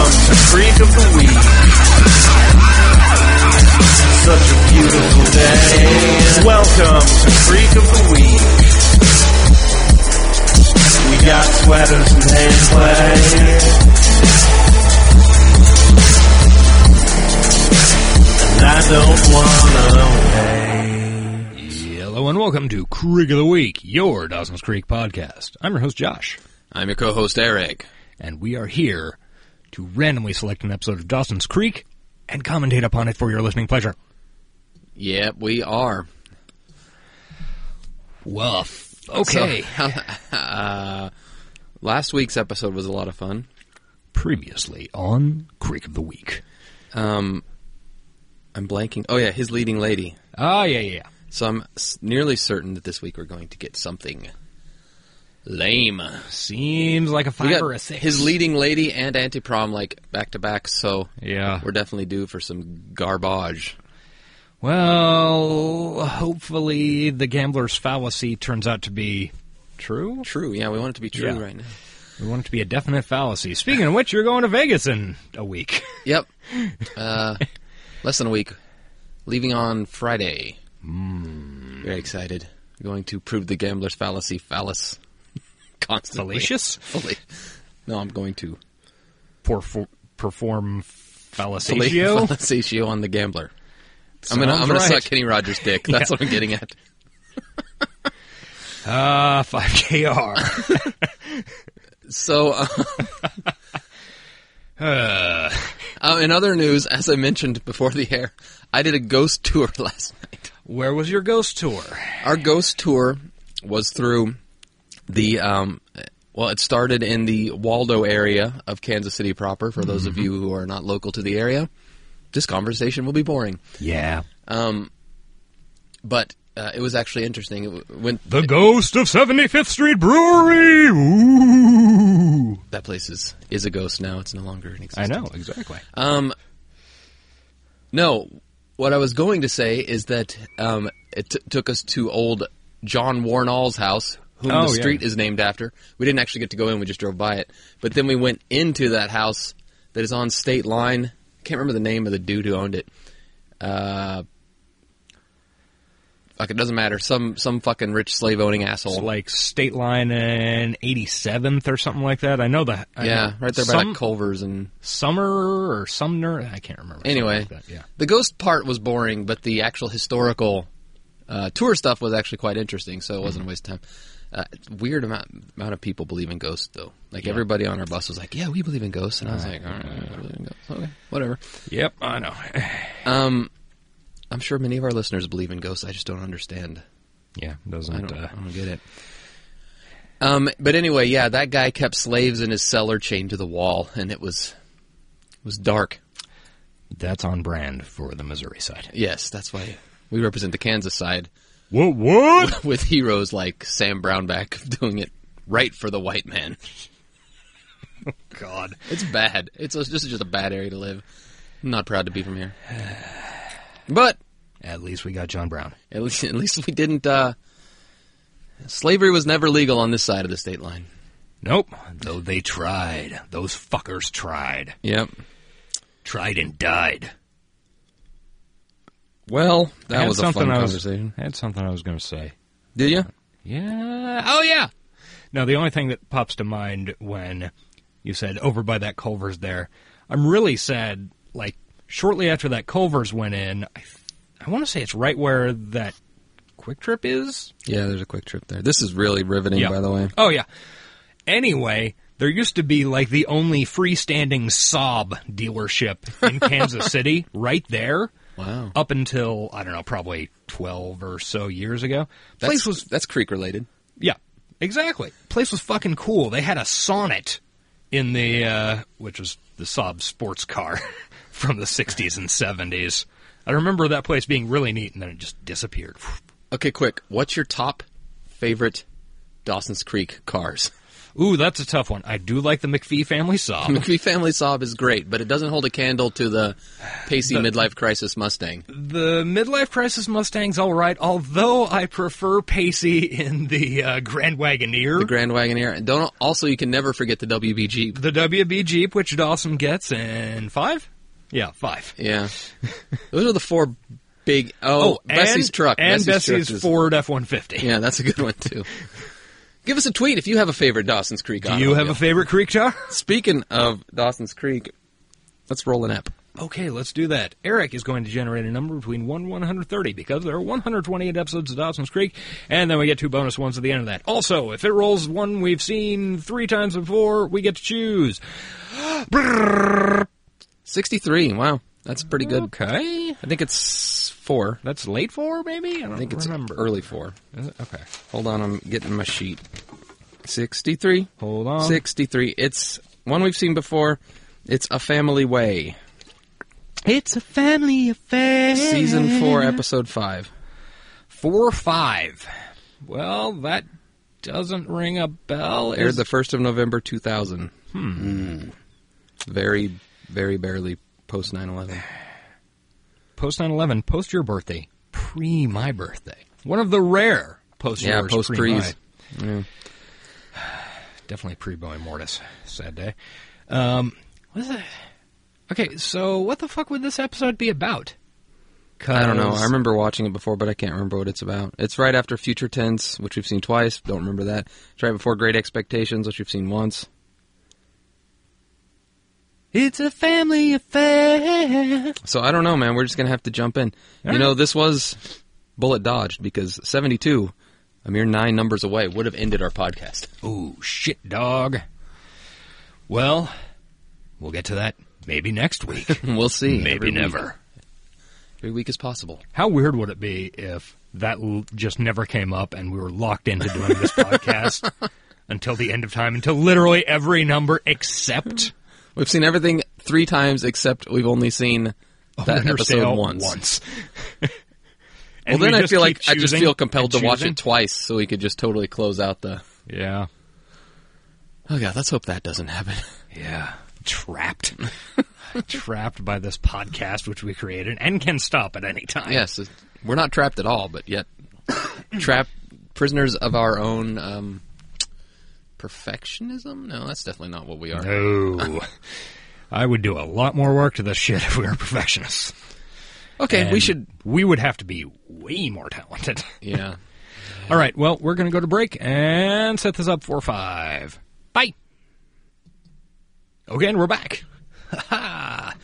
freak of the week. Such a beautiful day. Welcome to Freak of the Week. We got sweaters and hand play. And I don't wanna wait. Hello and welcome to Creek of the Week, your Dawson's Creek podcast. I'm your host Josh, I'm your co-host Eric. and we are here to randomly select an episode of Dawson's Creek and commentate upon it for your listening pleasure. Yep, we are. Woof. Okay. So, uh, last week's episode was a lot of fun. Previously on Creek of the Week. Um, I'm blanking. Oh yeah, his leading lady. Ah, yeah, yeah, yeah. So I'm s- nearly certain that this week we're going to get something lame. Seems like a We five or a six. his leading lady and anti-prom like back to back. So Yeah. we're definitely due for some garbage. Well, hopefully the gambler's fallacy turns out to be true. True. Yeah, we want it to be true Yeah. right now. We want it to be a definite fallacy. Speaking of which, you're going to Vegas in a week. Yep. Uh, less than a week. Leaving on Friday. Hmm. Very excited. Going to prove the gambler's fallacy phallus constantly. Fallacious? Fally- No, I'm going to Perfor- perform fally- fallacio. fallatio on the gambler. I'm gonna I'm Sounds gonna suck right. Kenny Rogers' dick. That's what I'm getting at. Ah, 5KR. So, uh, uh, in other news, as I mentioned before the air, I did a ghost tour last night. Where was your ghost tour? Our ghost tour was through the um, well, it started in the Waldo area of Kansas City proper. For those of you who are not local to the area, this conversation will be boring. Um, Yeah. But uh, it was actually interesting. It w- went The ghost of 75th Street Brewery. Ooh. that place is is a ghost now. It's no longer an I existence. know, exactly. Um, no, what I was going to say is that um, it t- took us to old John Warnall's house, whom Oh, the yeah. street is named after. We didn't actually get to go in; we just drove by it. But then we went into that house that is on state line. Can't remember the name of the dude who owned it. Uh, fuck, it doesn't matter. Some some fucking rich slave owning asshole. Like State Line and 87th or something like that. I know that. I yeah, know. right there by Some- that Culver's and Summer or Sumner. I can't remember. Something Anyway, like that, yeah. the ghost part was boring, but the actual historical uh, tour stuff was actually quite interesting, so it wasn't a waste of time. Uh, weird amount amount of people believe in ghosts, though. Like everybody on our bus was like, "Yeah, we believe in ghosts," and I was like, "All right, I believe in ghosts. Okay, whatever." Yep, I know. Um, I'm sure many of our listeners believe in ghosts. I just don't understand. Yeah, I doesn't. don't, Uh, I don't get it. Um, but anyway, yeah, that guy kept slaves in his cellar chained to the wall, and it was it was dark. that's on brand for the Missouri side. Yes, that's why we represent the Kansas side. What? What? with heroes like Sam Brownback doing it right for the white man. God. It's bad. It's this is just a bad area to live. I'm not proud to be from here. But At least we got John Brown. at least, at least we didn't. Uh, slavery was never legal on this side of the state line. Nope. Though they tried. Those fuckers tried. Yep. Tried and died. Well, I that had was a something fun I was- conversation. I had something I was going to say. Did you? Yeah. Oh, yeah. No, the only thing that pops to mind when you said over by that Culver's there, I'm really sad. Like, shortly after that Culver's went in, I, I want to say it's right where that Quick Trip is. Yeah, there's a quick trip there. This is really riveting, Yeah. by the way. Oh, yeah. Anyway, there used to be like the only freestanding Saab dealership in Kansas City right there. Wow. Up until, I don't know, probably 12 or so years ago. That's, that's creek related. Yeah, exactly. Place was fucking cool. They had a Sonnet in the uh, which was the Saab sports car from the '60s and '70s. I remember that place being really neat, and then it just disappeared. Okay, quick. What's your top favorite Dawson's Creek cars? Ooh, that's a tough one. I do like the McPhee family saw. McPhee Family Sob is great, but it doesn't hold a candle to the pacey midlife crisis Mustang. the midlife crisis Mustang's all right, although I prefer Pacey in the uh, Grand Wagoneer. The Grand Wagoneer. And Don't also you can never forget the WB Jeep. the WB Jeep, which Dawson gets in five. Yeah, five. Yeah, those are the four big. Oh, Bessie's and, truck and truck Bessie's, is- Ford F one fifty. Yeah, that's a good one too. Give us a tweet if you have a favorite Dawson's Creek. Do you have a favorite creek jar? Speaking of Dawson's Creek, let's roll an app. Okay, let's do that. Eric is going to generate a number between 1 and 130 because there are 128 episodes of Dawson's Creek, and then we get two bonus ones at the end of that. Also, if it rolls one we've seen three times before, we get to choose. Sixty-three. Wow, that's pretty good. Okay. I think it's four. That's late for, maybe? I don't I think it's remember. early four. Is it? Okay. Hold on, I'm getting my sheet. 63. Hold on. 63. It's one we've seen before. It's A Family Way. It's a family affair. Season 4, Episode 5. Four or five. Well, that doesn't ring a bell. Aired Is- the 1st of November 2000. Hmm. Very, very barely post 9 11. post 9-11, post your birthday, pre my birthday. One of the rare post Yeah, yours, post pre prees. mine. Definitely pre Bowie Mortis. Sad day. Um, what is that? Okay, so what the fuck would this episode be about? I don't know. 'Cause- I remember watching it before, but I can't remember what it's about. It's right after Future Tense, which we've seen twice. Don't remember that. It's right before Great Expectations, which we've seen once. It's a family affair. So I don't know, man. We're just gonna have to jump in. right. You know, this was bullet dodged because seventy-two, a mere nine numbers away, would have ended our podcast. Oh, shit, dog. Well, we'll get to that maybe next week. We'll see. maybe Every week. never. Every week is possible. How weird would it be if that l- just never came up and we were locked into doing this podcast until the end of time, until literally every number except We've seen everything three times, except we've only seen that Winter's episode Tale once. And well, then we I just feel like keep I just choosing feel compelled to and watch choosing. it twice, so we could just totally close out the. Yeah. Oh god, let's hope that doesn't happen. Yeah. Trapped. Trapped by this podcast which we created and can stop at any time. yes, it- we're not trapped at all, but yet trapped prisoners of our own. Um, Perfectionism? No, that's definitely not what we are. No. Oh. I would do a lot more work to this shit if we were professionals. Okay, we And should. We would have to be way more talented. Yeah. All right. Well, we're going to go to break and set this up for five. Bye. Okay, and we're back. Ha-ha.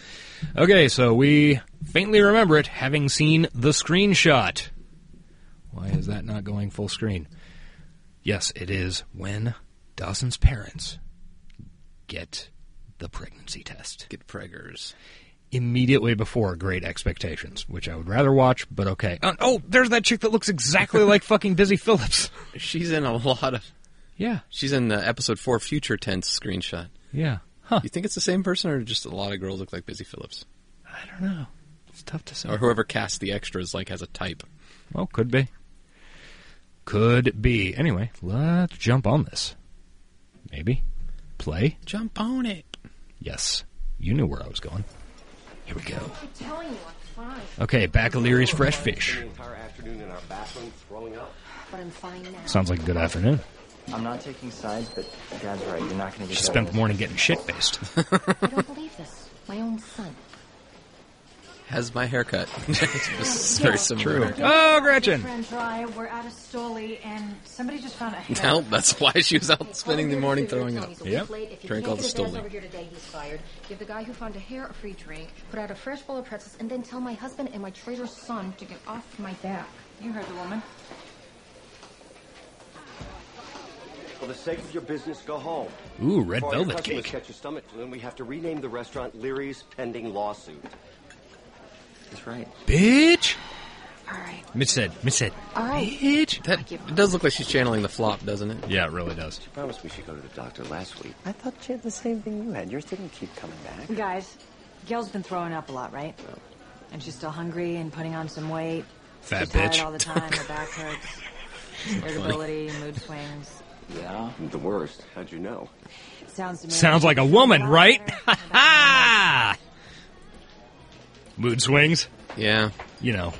okay, so we faintly remember it having seen the screenshot. Why is that not going full screen? Yes, it is when Dawson's parents get the pregnancy test Get preggers. immediately before Great Expectations, which I would rather watch, but okay. Uh, oh, there's that chick that looks exactly like fucking Busy Phillips. She's in a lot of. Yeah. She's in the episode four future tense screenshot. Yeah. Huh. You think it's the same person, or just a lot of girls look like Busy Phillips, I don't know. It's tough to say. or whoever cast the extras like has a type? Well, could be. Could be. Anyway, let's jump on this. Maybe. Play. Jump on it. Yes. You knew where I was going. Here we go. telling you, I'm fine. Okay, back O'Leary's fresh fish. The entire afternoon in our bathroom throwing up. But I'm fine now. Sounds like a good afternoon. I'm not taking sides, but Dad's right. You're not going to get She spent the morning getting shit faced. I don't believe this. My own son. Has my haircut. it's very similar. oh, Gretchen! Friend Rye, we're out of Stoli, and somebody just found a head. Now that's why she was out spending the morning throwing up. Yep. Drink all the stole. Stoli. over here today, he's fired. Give the guy who found a hair a free drink. Put out a fresh bowl of pretzels, and then tell my husband and my traitor's son to get off my back. You heard the woman. For the sake of your business, go home. Ooh, red Before velvet your customers cake. catch a stomach flu, and we have to rename the restaurant Leary's pending lawsuit. That's right. Bitch! All right. Mitch said, Mitch said, All right. bitch! That it does look like she's channeling the flop, doesn't it? Yeah, it really does. She promised me she'd go to the doctor last week. I thought she had the same thing you had. Yours didn't keep coming back. Guys, Gail's been throwing up a lot, right? And she's still hungry and putting on some weight. Fat she's tired bitch. all the time. Her back hurts. Irritability, mood swings. Yeah. The worst. How'd you know? Sounds to me Sounds like a woman, right? Ha ha! Mood swings, Yeah. you know.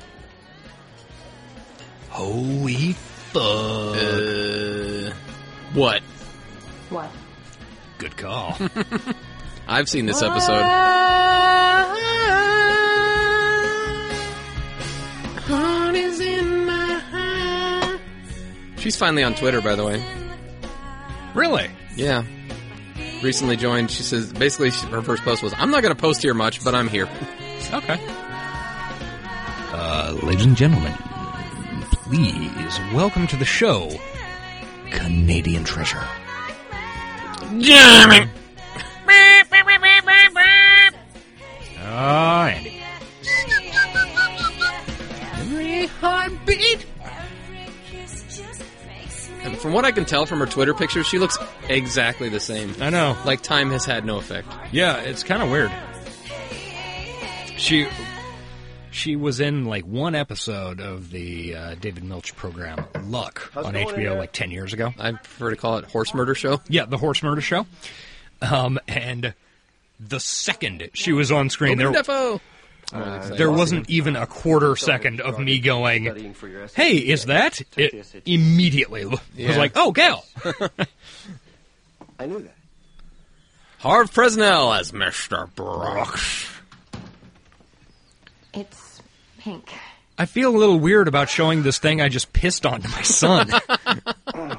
Holy fuck. Uh, what? What? Good call. I've seen this episode. She's finally on Twitter, by the way. really? Yeah. Recently joined. She says basically she, her first post was, "I'm not going to post here much, but I'm here." Okay. Uh, ladies and gentlemen, please welcome to the show Canadian Treasure. Damn it! Oh, Andy. Every heartbeat. And from what I can tell from her Twitter pictures, she looks exactly the same. I know. Like time has had no effect. Yeah, it's kind of weird. She she was in like one episode of the uh, David Milch program Luck on it going in HBO there? like 10 years ago. I prefer to call it horse murder show. Yeah, the Horse Murder Show. Um, and the second she was on screen, there Defoe. there wasn't even a quarter second of me going, Studying for your SAT. "Hey, is that?" It immediately was like, "Oh, Gail." I knew that. Harv Presnell as Mr. Brooks. It's pink. I feel a little weird about showing this thing I just pissed on to my son. All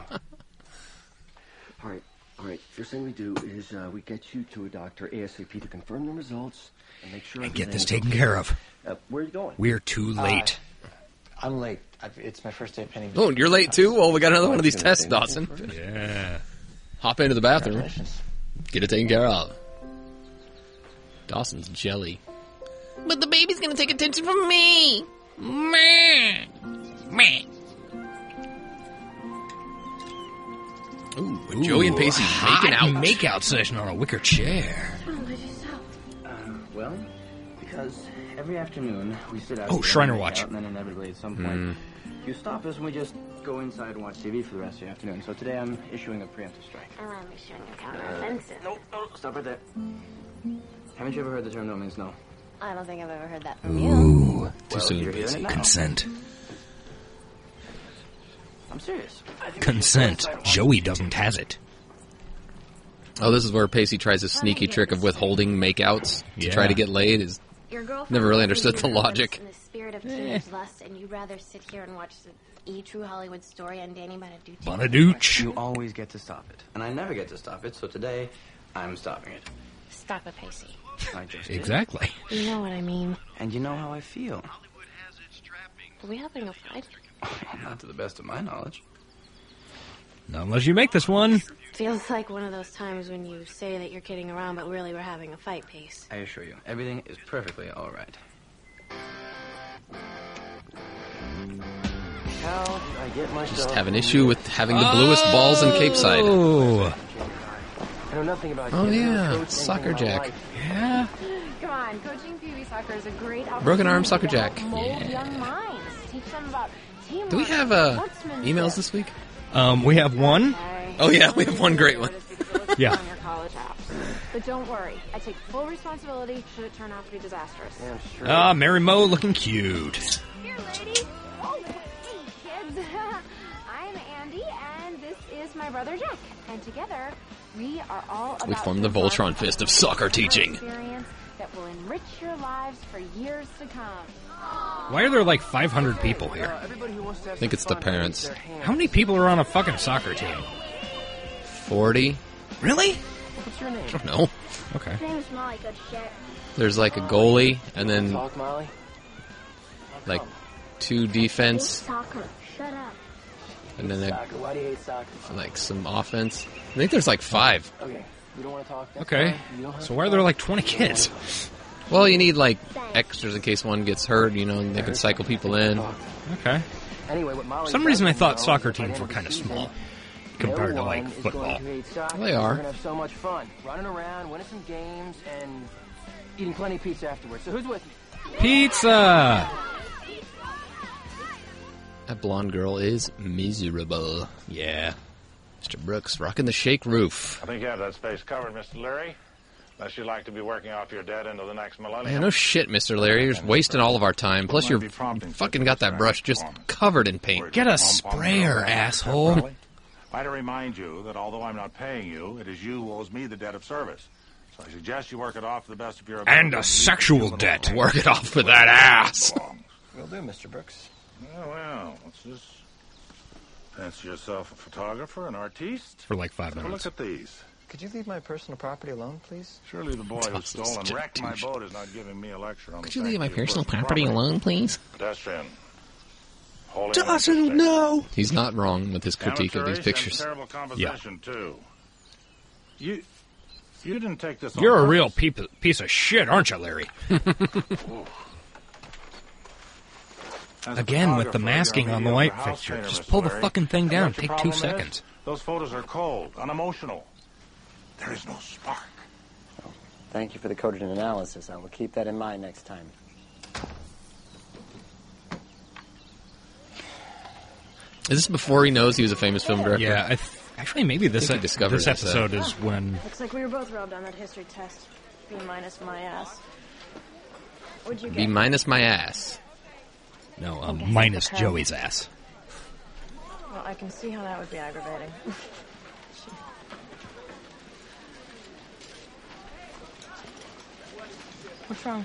right, all right. First thing we do is uh, we get you to a doctor ASAP to confirm the results and make sure and get this everything's taken okay. care of. Uh, where are you going? We're too late. I'm late. I've, it's my first day of pending. Oh, you're late too? Well, we got another one of these Can I tests, say anything Dawson. yeah. Hop into the bathroom. Congratulations. Get it taken care of. Dawson's jelly. But the baby's gonna take attention from me. Man. Man. Ooh, with Joey and Pacey making out. makeout session on a wicker chair. Well, because every afternoon we sit out. Oh, together Shriner and make Watch. Mm. out, And then inevitably at some point, you stop us and we just go inside and watch TV for the rest of the afternoon. So today I'm issuing a preemptive strike. I'm issuing a counteroffensive. No, no, stop right there. Haven't you ever heard the term no means no? I don't think I've ever heard that from you. Too soon, Pacey. Consent. I'm serious. I think Consent. Joey doesn't has it. Oh, this is where Pacey tries his sneaky trick of withholding makeouts to Yeah. try to get laid. Is Your girlfriend Never really understood leaves you the in logic. In the spirit of teenage lust, and you rather sit here and watch the E True Hollywood Story on Danny Bonaduce. Bonadooch. You always get to stop it, and I never get to stop it. So today, I'm stopping it. Stop it, Pacey. I just did. Exactly. You know what I mean. And you know how I feel. We haven't applied. Not to the best of my knowledge. Not unless you make this one. Feels like one of those times when you say that you're kidding around, but really we're having a fight, Pace. I assure you, everything is perfectly all right. How I get myself? just have an issue with having the bluest balls in Cape Side. Oh, I know nothing about. Oh, kids or yeah. coaching Soccer in my jack. life. yeah. Come on, coaching Pee Wee soccer is a great opportunity. Broken arm soccer to help jack. Mold Yeah. young minds. Teach them about teamwork. Do we have uh, sportsmanship. emails this week? Um, we have one. Sorry. Oh, yeah, we have one great one. Yeah. On your college apps. But don't worry, I take full responsibility should it turn out to be disastrous. Yeah, I'm sure. Ah, Mary Mo looking cute. Here, lady. Oh, hey, kids. I'm Andy, and this is my brother Jack. And together, we are all about We form the Voltron fist of soccer teaching. Experience that will enrich your lives for years to come. Why are there like 500 people Uh, here? everybody who wants to have think some it's the fun, raise parents. their hand. How many people are on a fucking soccer team? 40? Really? What's your name? No. Okay. My name is Molly, Coach Jack. There's like a goalie and then Talk, Molly. like two defense Soccer. Shut up. and then like, Soccer. Why do you hate soccer? like some offense. I think there's like five. Okay, you don't want to talk. That's Okay. fine. You don't have So to why are talk. there like 20 kids? Well, you need like extras in case one gets hurt, you know, and they can cycle people in. Okay. Anyway, what Molly For some reason, I doesn't know thought is soccer that by the end teams were the kind of season, small no compared to one like is going football. to hate soccer. They We're are. gonna have so much fun running around, winning some games, and eating plenty of pizza afterwards. So who's with me? Pizza. That blonde girl is miserable. Yeah. Mr. Brooks rocking the shake roof. I think you have that space covered, Mr. Leary. Unless you'd like to be working off your debt into the next Man, millennium. no shit, Mr. Larry. You're just wasting all of our time. Plus, you're, you fucking got that brush just covered in paint. Get a sprayer, asshole. Why to remind you that although I'm not paying you, it is you who owes me the debt of service. So I suggest you work it off to the best of your ability. And a sexual debt. Work it off with that ass. Will do, Mr. Brooks. Oh, well, what's this? Fancy yourself a photographer, an artiste? for like five Have a minutes. look at these. Could you leave my personal property alone, please? Surely the boy who Does this stole and wrecked my dictation. boat is not giving me a lecture on Could the you leave my sanctity of personal personal property alone, please? Pedestrian. Holy Dawson, no! He's not wrong with his critique of these Amateurish pictures. And terrible composition, too. You, you didn't take this. on You're a purpose. real peep- piece of shit, aren't you, Larry? As a Again, with photographer, the you're masking a on the mediocre light house fixture. painter, Just Mr. pull the Larry. fucking thing And down. what your Take problem two is, seconds. those photos are cold, unemotional. There is no spark. Thank you for the coded analysis. I will keep that in mind next time. Is this before he knows he was a famous film director? Yeah, I th- actually, maybe this e- think he discovered this this, uh, episode is when Looks like we were both robbed on that history test. B minus my ass. What'd you Be get? minus my ass. no um, minus Joey's ass. well, Oh, I can see how that would be aggravating. What's wrong?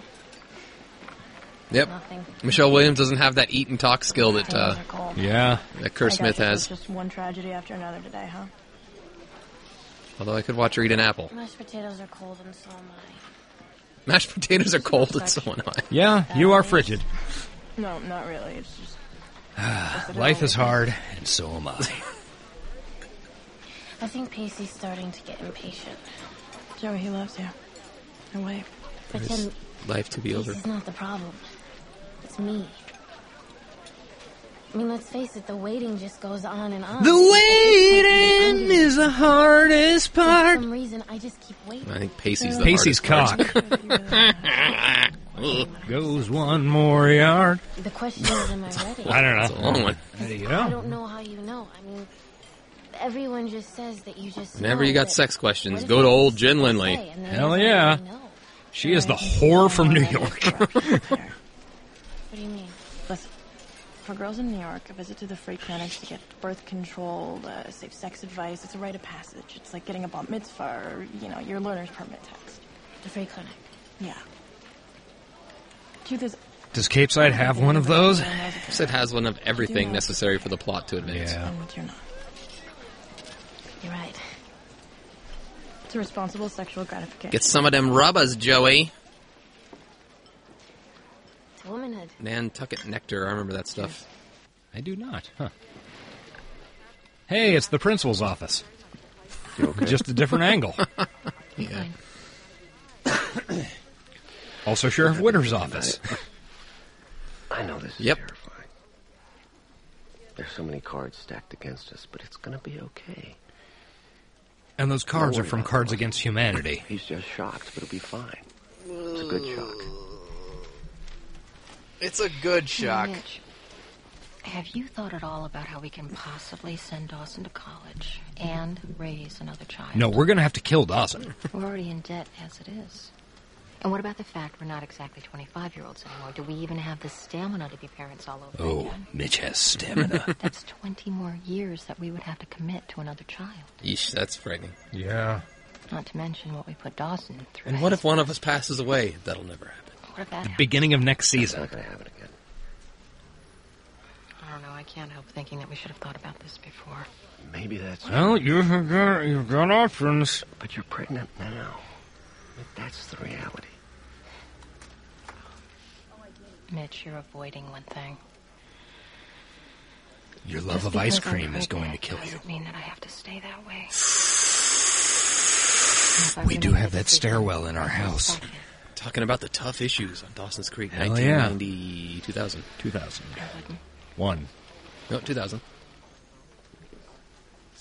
Yep. Nothing. Michelle Williams doesn't have that eat and talk skill that Fingers uh, are cold. Yeah, that Kerr I guess Smith it was has. Just one tragedy after another today, huh? Although I could watch her eat an apple. Mashed potatoes are cold, and so am I. Mashed potatoes are cold, and so am I. yeah, you are frigid. No, not really. It's just. just that it Life always is hard, and so am I. I think Pacey's starting to get impatient. Joey, he loves you. And wave. But It's then, life to be over. Pacey's not the problem. It's me. I mean, let's face it, the waiting just goes on and on. waiting is the hardest For some reason, I just keep waiting. I think Pacey's the Pacey's hardest cock part. goes one more yard. The question is, am I ready? I don't know. It's a long one. There you I go. don't know how you know. I mean, everyone just says that you just. Whenever know, you got but sex questions, what if go to they old just Jen say, Lindley. and they Hell don't yeah. really know? She is the Right. whore from New York. What do you mean? Listen, for girls in New York, a visit to the free clinics to get birth control, uh, safe sex advice, it's a rite of passage. It's like getting a bat mitzvah or, you know, your learner's permit text. The free clinic. Yeah. Truth is, Does Capeside have one of those? Yes, It has one of everything necessary for the plot to advance. Yeah. and what you're not. You're right. It's a responsible sexual gratification. Get some of them rubbers, Joey. It's womanhood. Nantucket nectar. I remember that stuff. I do not. Huh. Hey, it's the principal's office. Just a different angle. Yeah. Also, Sheriff Witter's office. I know this is Yep. terrifying. There's so many cards stacked against us, but it's gonna be okay. And those cards Don't are worry from about Cards it. Against Humanity. He's just shocked, but he'll be fine. It's a good shock. It's a good shock. Mitch, have you thought at all about how we can possibly send Dawson to college and raise another child? No, we're going to have to kill Dawson. We're already in debt as it is. And what about the fact we're not exactly 25 year olds anymore? Do we even have the stamina to be parents all over Oh, again? Mitch has stamina. That's 20 more years that we would have to commit to another child. Yeesh, that's frightening. yeah. Not to mention what we put Dawson through. And what if one of us passes away? That'll never happen. What if that happens? Beginning of next It's season. not gonna happen again. I don't know. I can't help thinking that we should have thought about this before. Maybe that's. Well, you've got, you've got options. But you're pregnant now. That's the reality. Mitch, you're avoiding one thing. Your love Just of ice because I'm cream is going to pregnant kill you. Doesn't mean that I have to stay that way. We do have that stairwell in our house. Talking about the tough issues on Dawson's Creek, Hell yeah. 1990, 2000. 2001. No, 2000.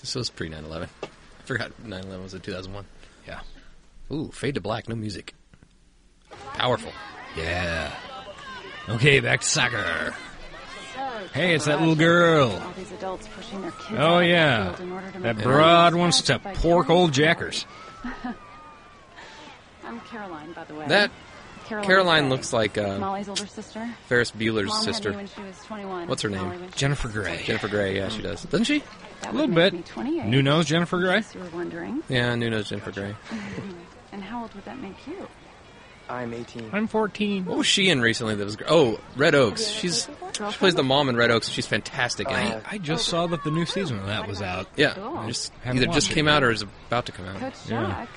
This was pre 9 11. I forgot 9 11 was in 2001. Yeah. Ooh, fade to black, no music. Powerful. Yeah. Okay, back to soccer. So, Hey, it's that little girl. All these adults pushing their kids out Oh of the yeah, field in order to that make broad money. wants to pork old Jackers. I'm Caroline, by the way. That- Caroline, Caroline Gray. looks like, uh, Molly's older sister. Ferris Bueller's Mom had sister. me when she was 21. What's her Molly name? when she Jennifer Grey. Jennifer Grey, yeah, she does. Doesn't she? That A would little make bit. me 28. New nose, Jennifer Grey. was- You were wondering. Yeah, Nuno's Jennifer Grey. and how old would that make you? I'm 18. I'm 14. What was she in recently that was gr- Oh, Red Oaks. She's she plays the mom in Red Oaks. She's fantastic in I, it. I just saw that the new season of that was out. Yeah. Cool. Just, Haven't either just watched it came yet. out or is about to come out. Coach Jack.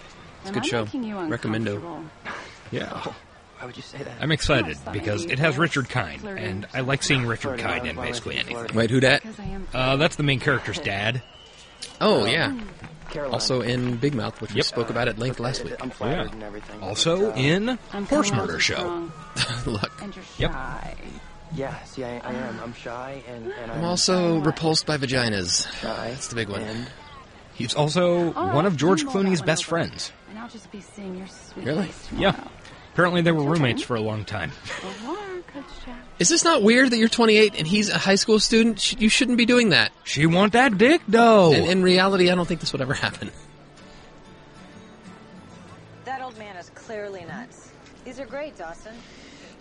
It's am a good I show. Making you Recommendo. uncomfortable? Yeah. Why would you say that? I'm excited because it has Richard Kind, and I like seeing Richard Kind in basically anything. Wait, who dat? Uh, that's the main character's dad. Oh, yeah. Caroline. Also in Big Mouth, which we Yep. spoke about at length last week. Oh, I'm flattered and everything. uh, Also in I'm Horse coming out Murder as Show. strong. Look. And you're Yep. shy. Yeah, see, I, I am. I'm shy and, and I'm also repulsed by vaginas. That's the big one. He's also All right, one of George you roll that Clooney's one best over. friends. And I'll just be seeing your sweet face Yeah. Apparently they were roommates for a long time. tomorrow. Au revoir, Coach Jack. Is this not weird that you're 28 and he's a high school student? Sh- You shouldn't be doing that. She want that dick though. And in reality, I don't think this would ever happen. That old man is clearly nuts. These are great, Dawson.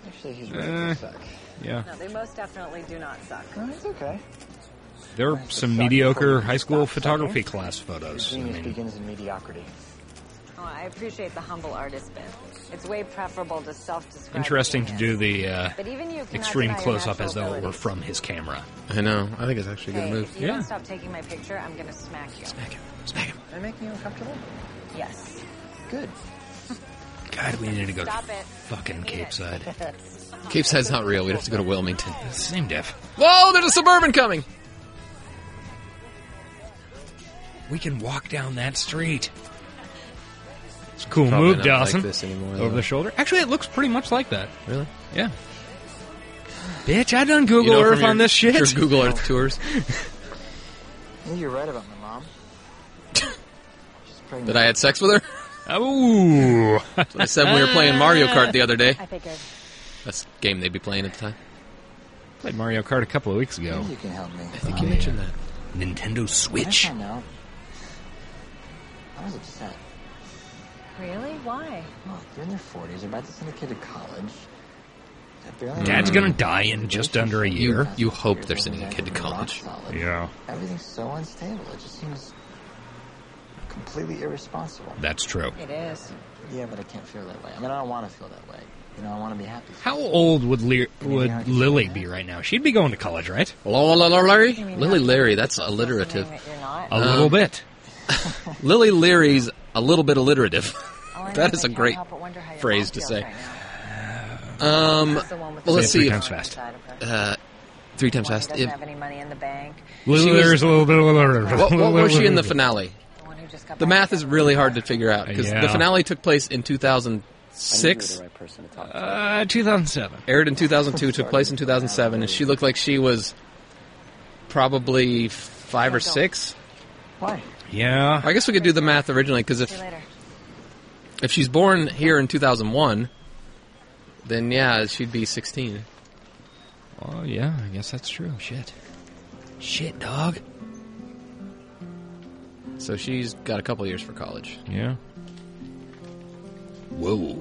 Actually, he's Eh. Uh, yeah. No, they most definitely do not suck. It's Oh, okay. There were some mediocre high school photography class photos. I Genius mean, begins in mediocrity. Oh, I appreciate the humble artist bit. It's way preferable to self-describe. interesting to do the uh, But even you cannot extreme deny your close up natural as though it were abilities. from his camera. I know. I think it's actually Hey, if you Yeah. don't stop taking my picture, I'm gonna smack you. Smack him. Smack him. Am I making you uncomfortable? Yes. Good. God, we need to go to Stop it. fucking Cape Side. Cape Side's not real. We'd have to go to Wilmington. Same diff. Whoa, there's a suburban coming. We can walk down that street. It's a cool Probably move, not Dawson. like this anymore, Over though. the shoulder. Actually, it looks pretty much like that. Really? Yeah. Bitch, I done Google You know, from Earth on your- this shit. your Google Earth tours. I think you're right about my mom. She's pregnant. That I had sex with her. Oh. That's what I said when we were playing Mario Kart the other day. I figured. That's the game they'd be playing at the time. Played Mario Kart a couple of weeks ago. You can help me. Oh, I think you mentioned that. Nintendo Switch. I know. I was upset. Really? Why? Look, you're in your 40s. You're about to send a kid to college. I barely Dad's gonna die in just under a year. You hope they're sending a kid to college. Yeah, Everything's so unstable. It just seems completely irresponsible. that's true. It is. Yeah, but I can't feel that way. I mean, I don't want to feel that way. You know, I want to be happy. How old would Le- would Lily be right now? She'd be going to college, right? Larry? Lily Larry, that's alliterative. Uh, Oh, A little bit. Lily Leary's a little bit alliterative. that is a great help but wonder how your phrase mom to feels say. right um, That's the one with the well, let's Say it see. three if- times fast. Uh, three times One who fast. doesn't If- have any money in the bank. Lily She was- Larry's a little bit. what, what was she in the finale? The one who just got The back math is really hard to figure out because Yeah. the finale took place in 2006, Uh, 2007. aired in 2002, took place in 2007, and she looked like she was probably five or six. Why? Yeah. I guess we could do the math originally because if if she's born here in 2001, then yeah, she'd be 16. Oh yeah, I guess that's true. Shit. Shit, dog. So she's got a couple years for college. Yeah. Whoa.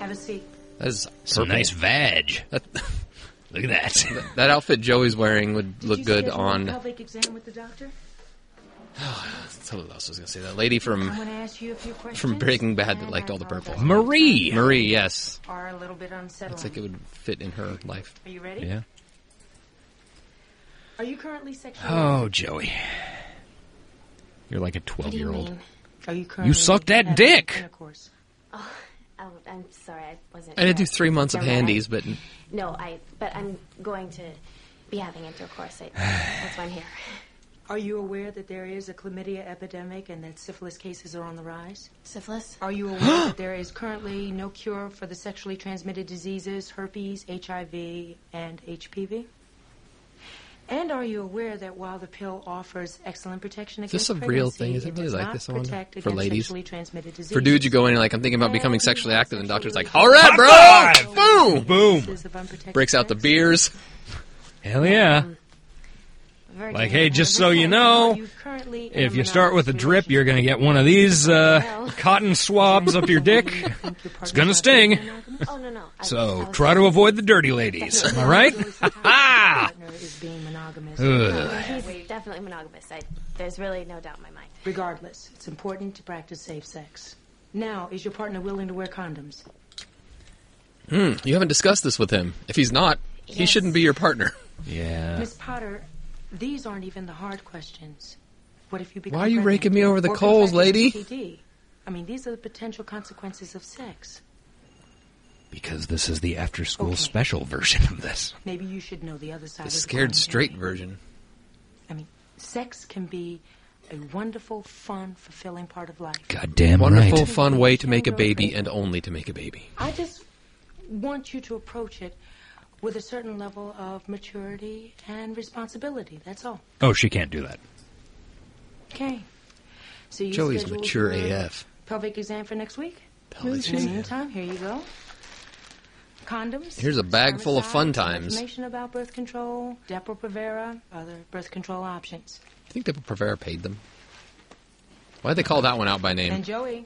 Have a seat. That is Some purple. nice vag. That, Look at that. that outfit Joey's wearing would look good on. Pelvic exam with the doctor. Someone else was gonna say that lady I from want to ask you a few questions. from Breaking Bad that liked all the purple. Marie. Marie, yes. Are a little bit unsettling. Looks like it would fit in her life. Are you ready? Are you currently sexually? Oh, Joey. You're like a 12 year old. Are you currently? You sucked that dick. Intercourse. Oh, oh, I'm sorry, I wasn't. I did sure. do three months of Never mind. handies, but No, I. But I'm going to be having intercourse. I, that's why I'm here. Are you aware that there is a chlamydia epidemic and that syphilis cases are on the rise? Syphilis? Are you aware that there is currently no cure for the sexually transmitted diseases, herpes, HIV, and HPV? And are you aware that while the pill offers excellent protection Is against this a pregnancy, real thing? Is it really does like not this? I wonder? protect For against ladies? sexually transmitted diseases? For dudes, you go in and like, I'm thinking about becoming sexually active, and the doctor's like, all High right, bro, boom, Diseases of unprotected breaks out the beers. Hell yeah. Virgin Like, hey, just so you know, currently if you start with a drip, you're going to get one of these uh, cotton swabs up your dick. It's going to sting. Oh, So try to avoid the dirty ladies. Am I right? Ha ha! is being monogamous. Uh, Ugh. He's definitely monogamous. I, there's really no doubt in my mind. Regardless, it's important to practice safe sex. Now, is your partner willing to wear condoms? Hmm, you haven't discussed this with him. If he's not, he Yes. shouldn't be your partner. Uh. Yeah. Miss Potter, these aren't even the hard questions. What if you become Why are you pregnant? raking me over the Or coals, contract lady? STD? I mean, these are the potential consequences of sex. Because this is the after school special version of this. Maybe you should know the other side. The of the scared coin. straight version. I mean, sex can be a wonderful, fun, fulfilling part of life. damn Wonderful, right. fun way to make a baby and only to make a baby. I just want you to approach it with a certain level of maturity and responsibility. That's all. Oh, she can't do that. Okay. So you Joey's scheduled mature your AF. Pelvic exam for next week. Pelvic In the exam. meantime, here you go. Condoms. Here's a bag full of fun spermicide, times. Information about birth control, Depo-Provera, other birth control options. I think that Provera paid them. Why'd they call that one out by name? And Joey,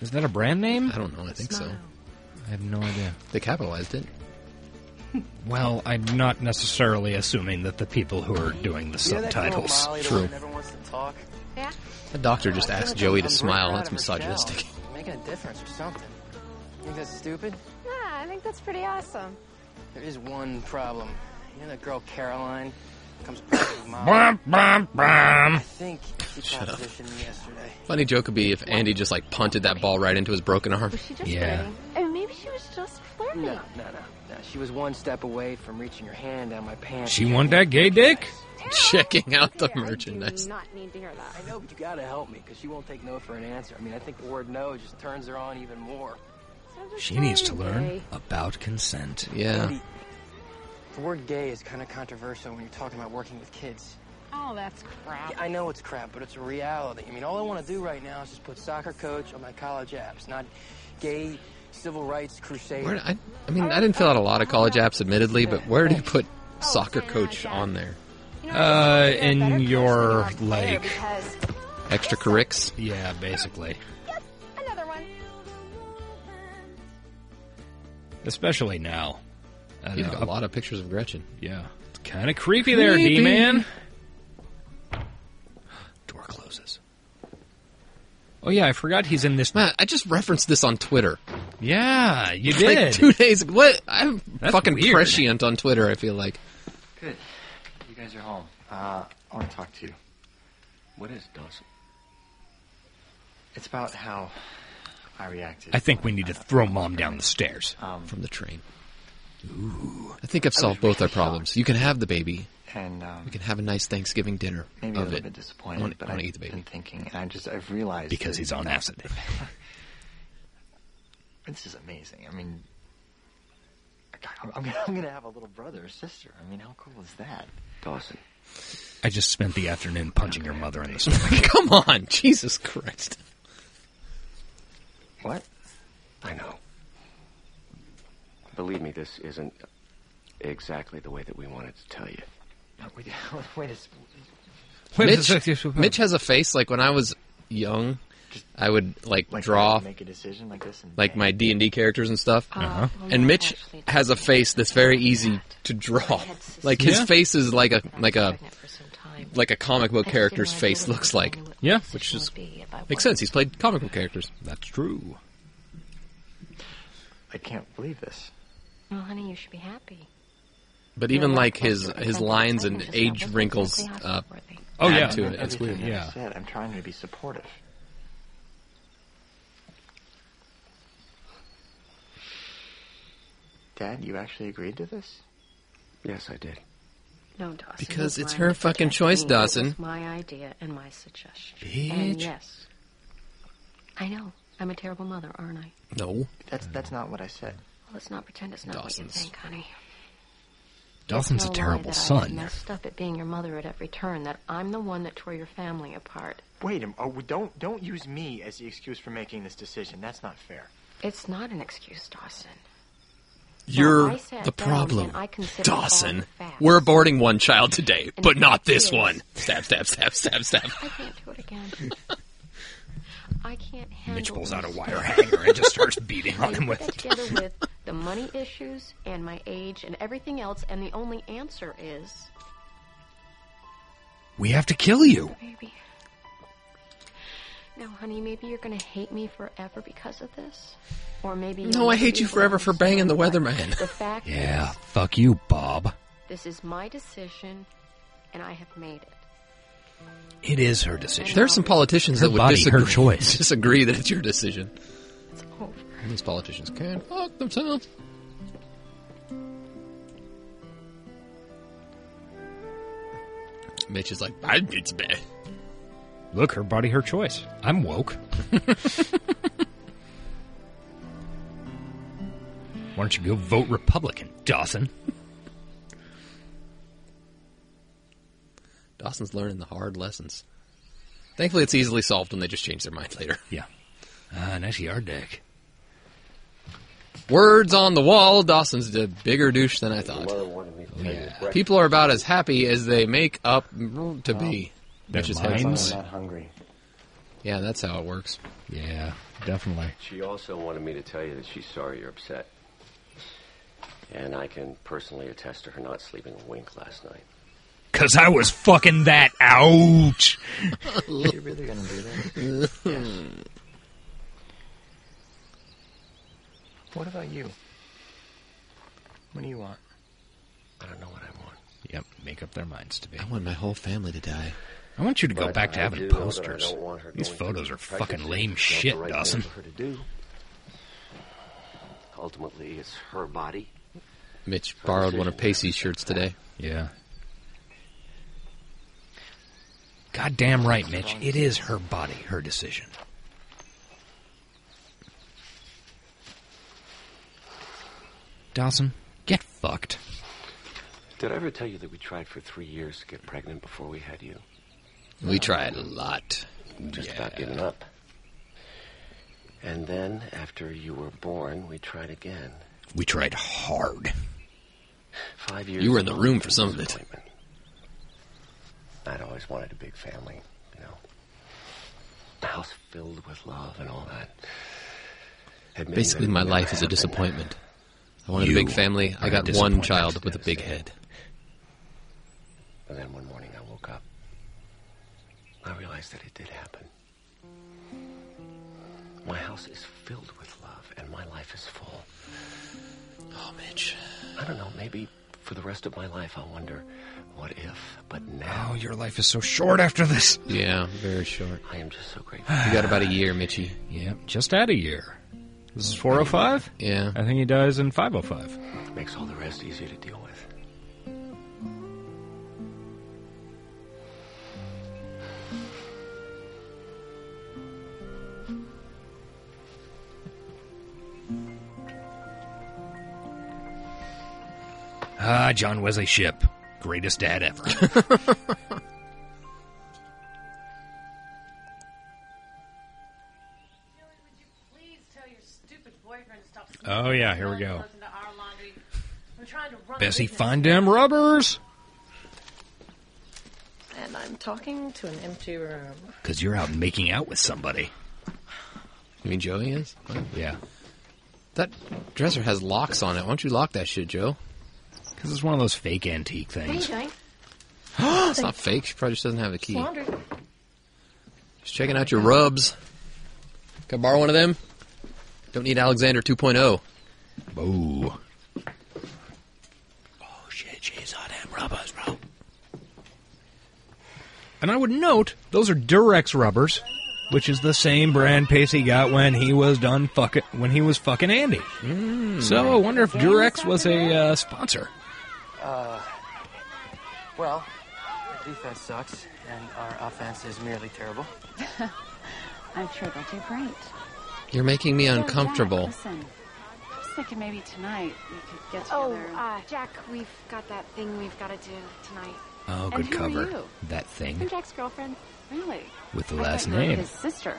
Is that a brand name? I don't know. I think so. I have no idea. They capitalized it. Well, I'm not necessarily assuming that the people who are doing the subtitles. True. Yeah. The doctor just asked Joey to smile. That's misogynistic. Making a difference or something. Think that's stupid? Nah, I think that's pretty awesome. There is one problem. You know that girl Caroline comes pregnant with mom. Brum, brum, brum. I think she Shut up. propositioned me yesterday. Funny joke would be if Andy just like punted that ball right into his broken arm. Oh, maybe she was just flirting. No, no, no, no. She was one step away from reaching her hand down my pants. She want that gay dick? Checking out the merchandise. not need to hear that. I know, but you gotta help me, because she won't take no for an answer. I mean, I think the word no just turns her on even more. She needs to learn Uh, about consent. Yeah. Andy, The word gay is kind of controversial when you're talking about working with kids. Oh, that's crap. Yeah, I know it's crap, but it's a reality. I mean, all I want to do right now is just put soccer coach on my college apps, not gay civil rights crusader. Where, I, I mean, I didn't fill out a lot of college apps, admittedly, but where do you put soccer coach on there? Uh, in your like Because Extracurrics? Yeah, basically. another one. Especially now. I He's know. got a lot of pictures of Gretchen. Yeah. It's kind of creepy there, Creepy. D man. Door closes. Oh yeah, I forgot he's in this. Man, I just referenced this on Twitter. Yeah, you Like, did. two days. What? I'm That's fucking weird. prescient on Twitter. I feel like. Good. You guys are home. Uh, I want to talk to you. What is, Dawson? It's about how I reacted. I think we need to throw mom down the stairs from the train. Ooh. I think I've solved both our problems. You can have the baby, and um, we can have a nice Thanksgiving dinner. maybe a of little it. bit I disappointed, wanna- but I I've wanna eat the baby. been thinking, and I just I've realized because that- he's on acid. This is amazing. I mean, I'm, I'm, gonna- I'm gonna have a little brother or sister. I mean, how cool is that? Dawson. I just spent the afternoon punching your mother in the stomach. Come on, Jesus Christ! What? I know. Believe me, this isn't exactly the way that we wanted to tell you. No, wait, wait a s- Mitch, Mitch has a face like when I was young, I would like, draw Make a decision like this, and like my D and D characters and stuff. Uh-huh. Oh, And Mitch has a face that's very easy to draw. Like his Yeah. face is like a like a like a comic book character's face looks like. Yeah, which is makes sense. He's played comic book characters. That's true. I can't believe this. Well, honey, you should be happy. But Yeah, even well, like of course his you're his presenting lines something and to age someone. wrinkles Exactly how uh, it's worth it. Oh, add yeah. to it. It's Everything weird. that I Yeah. said, I'm trying to be supportive. Dad, you actually agreed to this? Yes, I did. No, Dawson. Because you it's lied her to protect fucking choice, me. It Dawson. was my idea and my suggestion. And Bitch. yes. I know. I'm a terrible mother, aren't I? No, That's that's not what I said. Well, let's not pretend it's not what Dawson's- you think, honey. Dawson's It's a no terrible lie that I son. was messed up at being your mother at every turn. That I'm the one that tore your family apart. Wait, a- oh, don't don't use me as the excuse for making this decision. That's not fair. It's not an excuse, Dawson. You're I sat the down problem. and I considered all Dawson, the facts. we're aborting one child today, And but not fact this is- one. Stab, stab, stab, stab, stab. I can't do it again. I can't handle. Mitch pulls this out a wire stuff. hanger and just starts beating on I him put with that it. together with the money issues and my age and everything else, and the only answer is We have to kill you. baby. Now, honey, maybe you're going to hate me forever because of this, or maybe No, I hate you forever for banging the weatherman. The fact Yeah, is, fuck you, Bob. this is my decision, and I have made it. It is her decision. There are some politicians Her that would body, disagree, her choice. disagree that it's your decision. It's over. These politicians can fuck themselves. Mitch is like, I, it's bad. Look, her body, her choice. I'm woke. Why don't you go vote Republican, Dawson? Dawson's learning the hard lessons. Thankfully, it's easily solved when they just change their mind later. Yeah. Ah, nice yard deck. Words on the wall. Dawson's a bigger douche than I thought. Yeah. People are about as happy as they make up to be. Their Which is minds? heads. I'm not hungry. Yeah, that's how it works. Yeah, definitely. She also wanted me to tell you that she's sorry you're upset. And I can personally attest to her not sleeping a wink last night. Cause I was fucking that. Ouch. you really gonna do that? What about you? What do you want? I don't know what I want. Yep, make up their minds to be. I want my whole family to die. I want you to go But back to I having do know that I posters. don't want her These going through photos are pregnancy. fucking lame It's not the shit, right thing Dawson. for her to do. Ultimately, it's her body. Mitch borrowed one of Pacey's shirts today. Yeah. Goddamn right, Mitch. It is her body, her decision. Dawson, get fucked. Did I ever tell you that we tried for three years to get pregnant before we had you? We tried a lot. Just about giving up. And then, after you were born, we tried again. We tried hard. Five years. You were in the ago, room I for was some of it. disappointment. I'd always wanted a big family, you know, a house filled with love and all that. It may Basically, never- my never life is a happen. disappointment. I wanted You a big family. are I a got one disappointment. child with a big head. And then one morning, I woke up. I realized that it did happen. My house is filled with love, and my life is full. Oh, Mitch. I don't know. Maybe for the rest of my life, I'll wonder, what if? But now, Oh, your life is so short after this. Yeah, very short. I am just so grateful. You got about a year, Mitchy. Yeah, just out a year. This is 405? Yeah. I think he dies in 505. makes all the rest easier to deal with. Ah, John Wesley Ship. Greatest dad ever. Oh, yeah, here we go. Bessie, find them rubbers! And I'm talking to an empty room. Because you're out making out with somebody. You mean Joey is? Yeah. That dresser has locks on it. Why don't you lock that shit, Joe? Because it's one of those fake antique things. doing? it's not fake. She probably just doesn't have a key. Laundry. Just checking out your rubs. Can I borrow one of them? Don't need Alexander oh. 2.0. Boo. Oh, shit, she's on them rubbers, bro. And I would note, those are Durex rubbers, which is the same brand Pacey got when he was done fucking, when he was fucking Andy. So I wonder if Durex was a uh, sponsor. Uh, well, our defense sucks, and our offense is merely terrible. I'm sure they'll do great. You're making me So, Jack, uncomfortable. listen, I was thinking maybe tonight we could get Oh, together. uh, Jack, we've got that thing we've got to do tonight. Oh, And good who are cover. you? That I'm thing Jack's girlfriend. Really? with the I thought last you were name. His sister.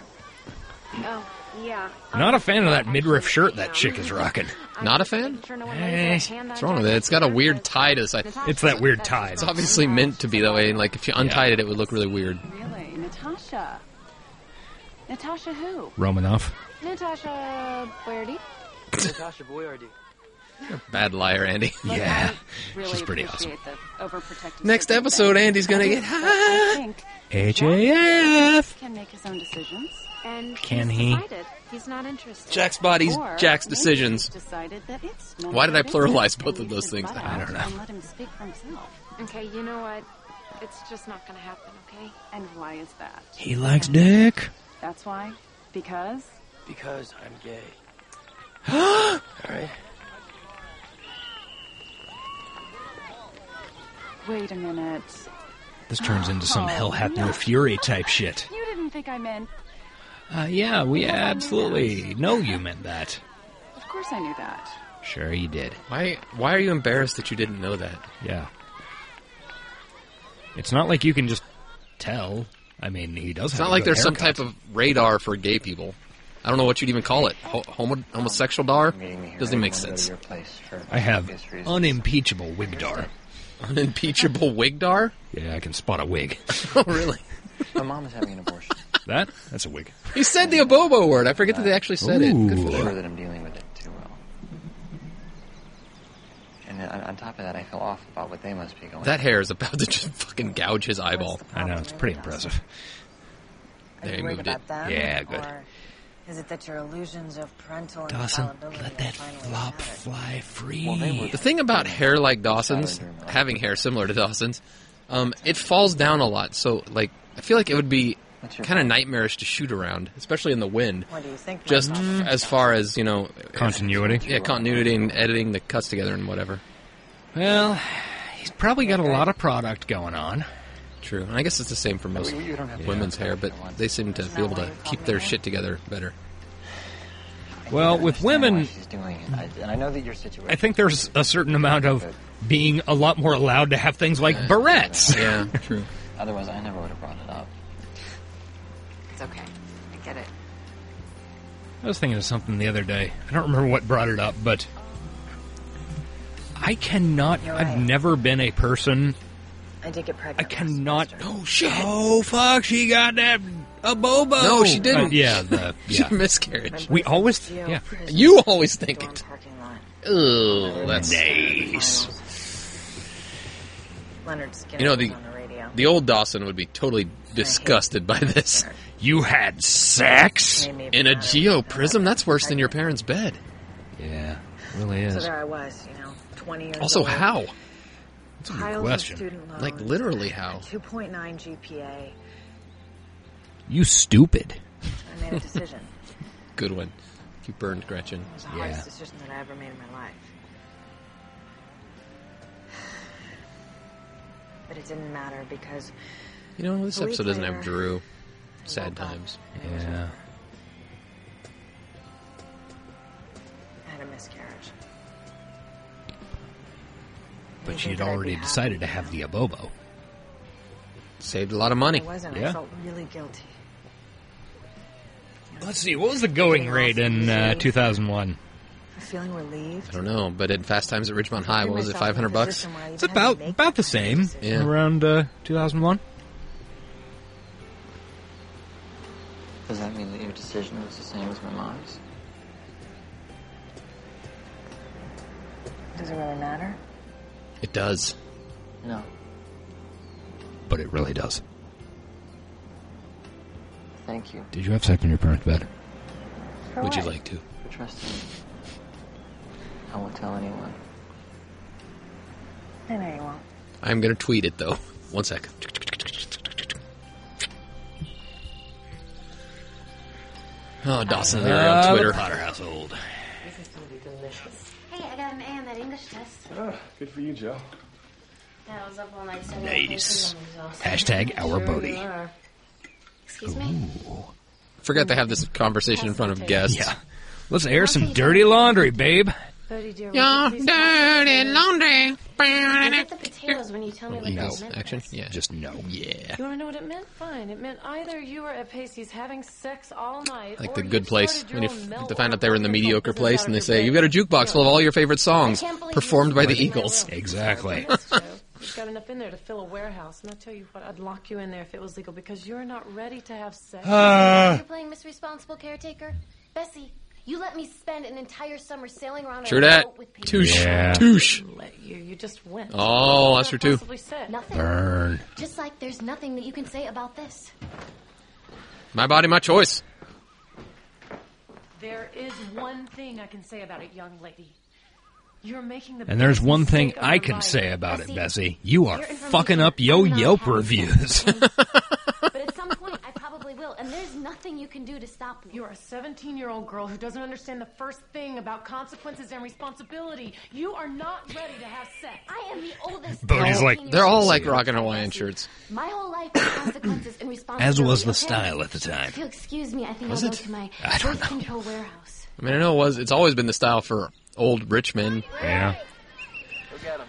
Oh, yeah. Not a fan of that midriff shirt that chick is rocking. Not a fan? Eh, What's wrong with it? It's got a weird tie to the side. It's that weird tie. It's obviously meant to be that way, and like if you untied it, it would look really weird. Really? Natasha? Natasha who? Romanoff. Natasha Boyardi. Natasha Boyardi. Bad liar, Andy. Yeah. Really She's pretty appreciate the overprotective Next state of episode, things. Andy's gonna I get think- I think HAF! Can make his own decisions. And Can he's he? Decided he's not interested. Jack's body's Or Jack's maybe decisions. he's Decided that it's none Why of did I your business pluralize both and of you those should things? butt I don't out know. And let him speak for himself. Okay, you know what? It's just not gonna happen, okay? And why is that? He likes dick. That's why. Because Because I'm gay. All right. wait a minute. This turns into some Oh, Hell Hath no. No Fury type shit. You didn't think I meant. Uh, yeah, we absolutely know you meant that. Of course I knew that. Sure, you did. Why? Why are you embarrassed that you didn't know that? Yeah. It's not like you can just tell. I mean, he does. It's have not a like good there's some haircut. type of radar for gay people. I don't know what you'd even call it. Ho- homo- homosexual dar? Doesn't make sense. I have unimpeachable wigdar. Unimpeachable wigdar? Yeah, I can spot a wig. oh, really? My mom is having an abortion. That? That's a wig. He said the abobo word. I forget that they actually said it. Good Ooh. for I'm them. sure that I'm dealing with it too well. And then on, on top of that, I feel awful about what they must be going. That hair is about to just fucking gouge his eyeball. I know, it's pretty impressive. There, he worried moved it. about them? Yeah, good. Or is it that your illusions of parental Dawson, infallibility let that are finally flop fly free. The thing about hair like Dawson's, having hair similar to Dawson's, um, it falls down a lot. So, like, I feel like it would be kind of nightmarish to shoot around, especially in the wind. What do you think, Just Mike? Mm-hmm. f- as far as you know, Continuity. Yeah, continuity and editing the cuts together and whatever. Well, he's probably got a lot of product going on. True, and I guess it's the same for most you don't have to women's hair, but they seem to be able to keep their shit together better. Well, with women, She's doing it, I, and I know that your situation. I think there's a certain amount of being a lot more allowed to have things like barrettes. Yeah, Oh, true. Otherwise, I never would have brought it up. It's okay. I get it. I was thinking of something the other day. I don't remember what brought it up, but I cannot. I've never been a person. I did get pregnant. I cannot. Oh shit! Oh fuck! She got that a bobo. No, she didn't. Uh, yeah, the She yeah. miscarriage. We always. Yeah. You always think it. Ugh, that's nice. Leonard Skinner You know the was on the radio. the old Dawson would be totally disgusted by this. You had sex in a geo prism. That's worse than your parents' bed. Yeah, really So is. there I was, you know, 20 years Also, old. how? That's a good question. Like literally how? 2.9 GPA. You stupid. I made a decision. Good one. You burned Gretchen. It was the hardest decision that I ever made in my life. But it didn't matter because You know this a week episode doesn't have later, Drew. Sad times. Yeah. I had a miscarriage. But she had already decided to have the abobo. Saved a lot of money. I wasn't. I Yeah. felt really guilty. Let's see. What was the going rate in uh, 2001? Feeling relieved. I don't know, but in Fast Times at Ridgemont High, what was myself in it? a Five hundred bucks. position where I It's about about the same. Yeah. Around uh, 2001. Does that mean that your decision was the same as my mom's? Does it really matter? It does, No. but it really does. Thank you. Did you have sex in your parents' bed? For Would you what? like to? For trusting me. I won't tell anyone. I know you won't. I'm gonna tweet it though. One sec. Oh, Dawson, you're Uh, on the Twitter. Potter household. This is gonna be delicious. Hey, I got an A on that English test. Oh, good for you, Joe. Yeah, I was up all night studying Nice. places on these awesome- Hashtag our Sure Bodhi. you are. Excuse me? Forgot to have this conversation in front of guests. Yeah. Let's air some dirty laundry, babe. Bodhi, dear, Your dirty laundry. Is it the cares when you tell me what no this meant? action. Yeah, just no. Yeah. You want to know what it meant? Fine. It meant either you were at Pacey's having sex all night, Like or the you good place started when you your own f- melt to find out they were in the orgasm mediocre business place, out of and they your say bed. you've got a jukebox full of all your favorite songs I can't believe performed you by the didn't Eagles. know. Exactly. That's true. You've got enough in there to fill a warehouse, and I tell you what, I'd lock you in there if it was legal because you're not ready to have sex. Uh. You're playing Miss Responsible Caretaker? Bessie, you let me spend an entire summer sailing around Sure on a that. boat with people. Touche. Yeah. Touche. Let you. You just went. Oh, that's her too. Nothing. Burn. Just like there's nothing that you can say about this. My body, my choice. There is one thing I can say about it, young lady. You're making the And there's biggest one thing mistake of I your can life. say about it, Bessie, Bessie. You are your information fucking up yo I'm not Yelp having reviews. But at some point, I probably will, and there's nothing you can do to stop me. You're a 17 year old girl who doesn't understand the first thing about consequences and responsibility. You are not ready to have sex. I am the oldest. Bodie's girl like in they're your all family. like rocking Hawaiian shirts. My whole life was consequences and responsibility. As was the okay? style at the time. If you'll excuse me, I think Was I'll it? go to my I don't birth control warehouse. I mean, I know it was. It's always been the style for old rich men. Yeah.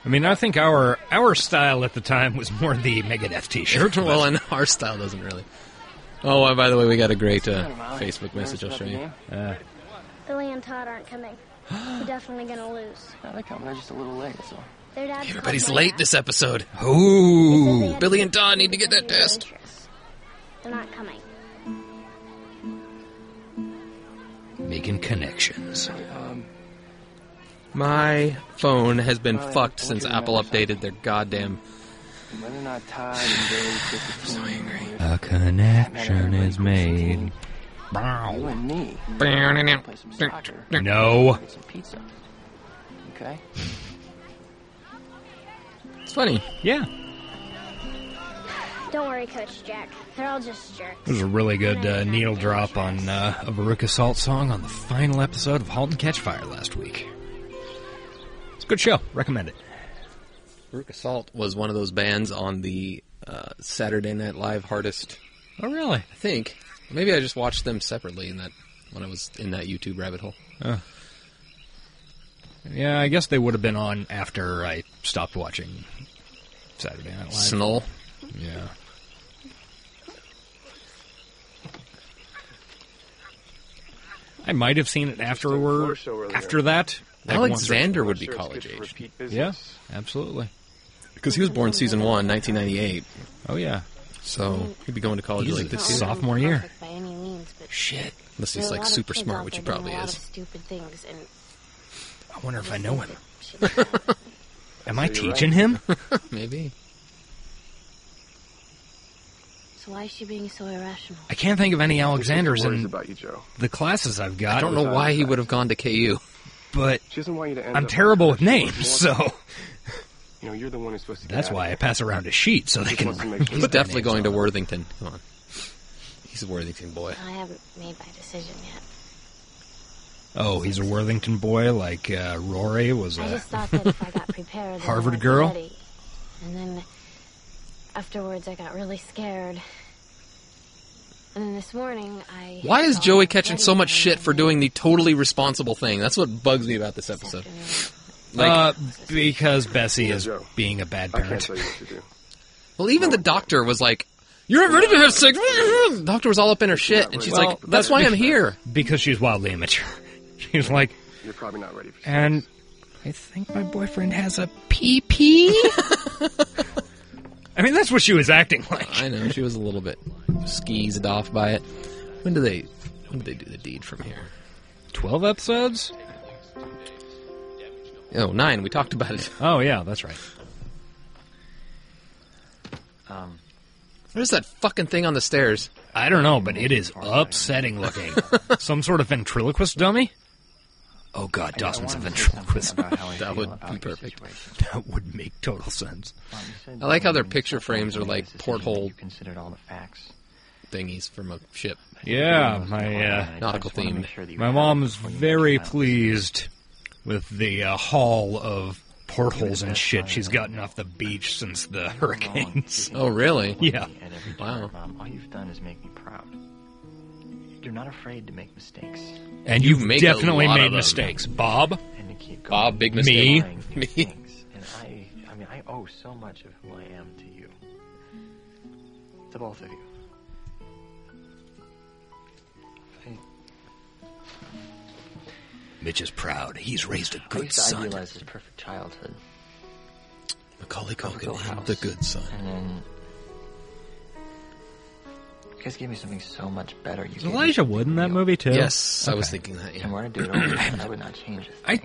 I mean, I think our our style at the time was more the Megadeth t-shirt. well, and our style doesn't really. Oh, and by the way, we got a great uh, Facebook message. I'll show you. Uh, Billy and Todd aren't coming. We're definitely gonna lose. No, they're coming. They're just a little late. So. Their dad. everybody's late this episode. Ooh, Billy and Don need to get that test. They're not coming. making connections. My phone has been Well, I fucked told since you to Apple updated their goddamn. Whether or not Todd and Billy get the so angry. A connection is made. You and me. Play some soccer. No. Get some pizza. Okay. It's funny. Yeah. Don't worry, Coach Jack. They're all just jerks. There's a really good uh, needle drop on uh, a Veruca Salt song on the final episode of *Halt and Catch Fire* last week. It's a good show. Recommend it. Rook Assault was one of those bands on the uh, Saturday Night Live hardest. Oh, really? I think maybe I just watched them separately in that when I was in that YouTube rabbit hole. Uh, yeah, I guess they would have been on after I stopped watching Saturday Night Live. Snull. Yeah. I might have seen it afterward. After that, like once or- Alexander would be college age. Yeah, absolutely. Because he was born season one, 1998. Oh yeah. So he'd be going to college He's like a this sophomore year. By any means, but Shit. Unless there he's are a like lot of super kids smart, out which he there doing a probably lot of is. Stupid things, and I wonder if I know him. Am So I you're teaching right. him? Maybe. so why is she being so irrational? I can't think of any Alexanders worries in about you, Joe. the classes I've got. I don't know why he would have gone to KU. But She doesn't want you to end I'm up- terrible with names, so You know, you're the one who's supposed to. get that's out of why I here. pass around a sheet so they Just can. wants to make sure He's that definitely name's going on to Worthington. Come on. He's a Worthington boy. I haven't made my decision yet. Oh, he's a Worthington boy, like uh, Rory was I a just thought that if I got prepared, then Harvard I'd be girl? ready. And then afterwards, I got really scared. And then this morning, I Why is felt Joey catching ready so much again. shit for doing the totally responsible thing? That's what bugs me about this episode. Like, uh, because Bessie is being a bad parent. well, even the doctor was like, "You're not ready to have sex." The doctor was all up in her shit, and she's Well, like, "That's why I'm because- here." Because she's wildly immature. She's like, You're probably not ready. For and I think my boyfriend has a PP. I mean, that's what she was acting like. I know she was a little bit skeezed off by it. When do they? When do they do the deed from here? Twelve episodes. Oh, nine. We talked about it. Oh yeah, that's right. Um, What is that fucking thing on the stairs? I don't know, but it is upsetting looking. Some sort of ventriloquist dummy. Oh god, Dawson's a ventriloquist. That would be perfect. That would make total sense. I like how their picture frames are like porthole considered all the facts. thingies from a ship. Yeah, my uh, nautical themed. My mom is very pleased with the uh, haul of portholes and shit she's gotten off the beach since the hurricanes. Oh, really? Yeah. At every turn, Mom, Um, all you've done is make me proud. You're not afraid to make mistakes. And You you've make a definitely lot of made them. mistakes, Bob. And you keep Bob, big Me. mistake. Me. And I, I mean, I owe so much of who I am to you. To both of you. Mitch is proud. He's raised a good I used to son. idealize his perfect childhood. Macaulay Perfect Culkin, house. the good son. And then. You guys gave me something so much better. You Is gave me Elijah Wood in that movie too? Yes, I was Okay. thinking that. Yeah. And we're gonna do it over. I would not change it. I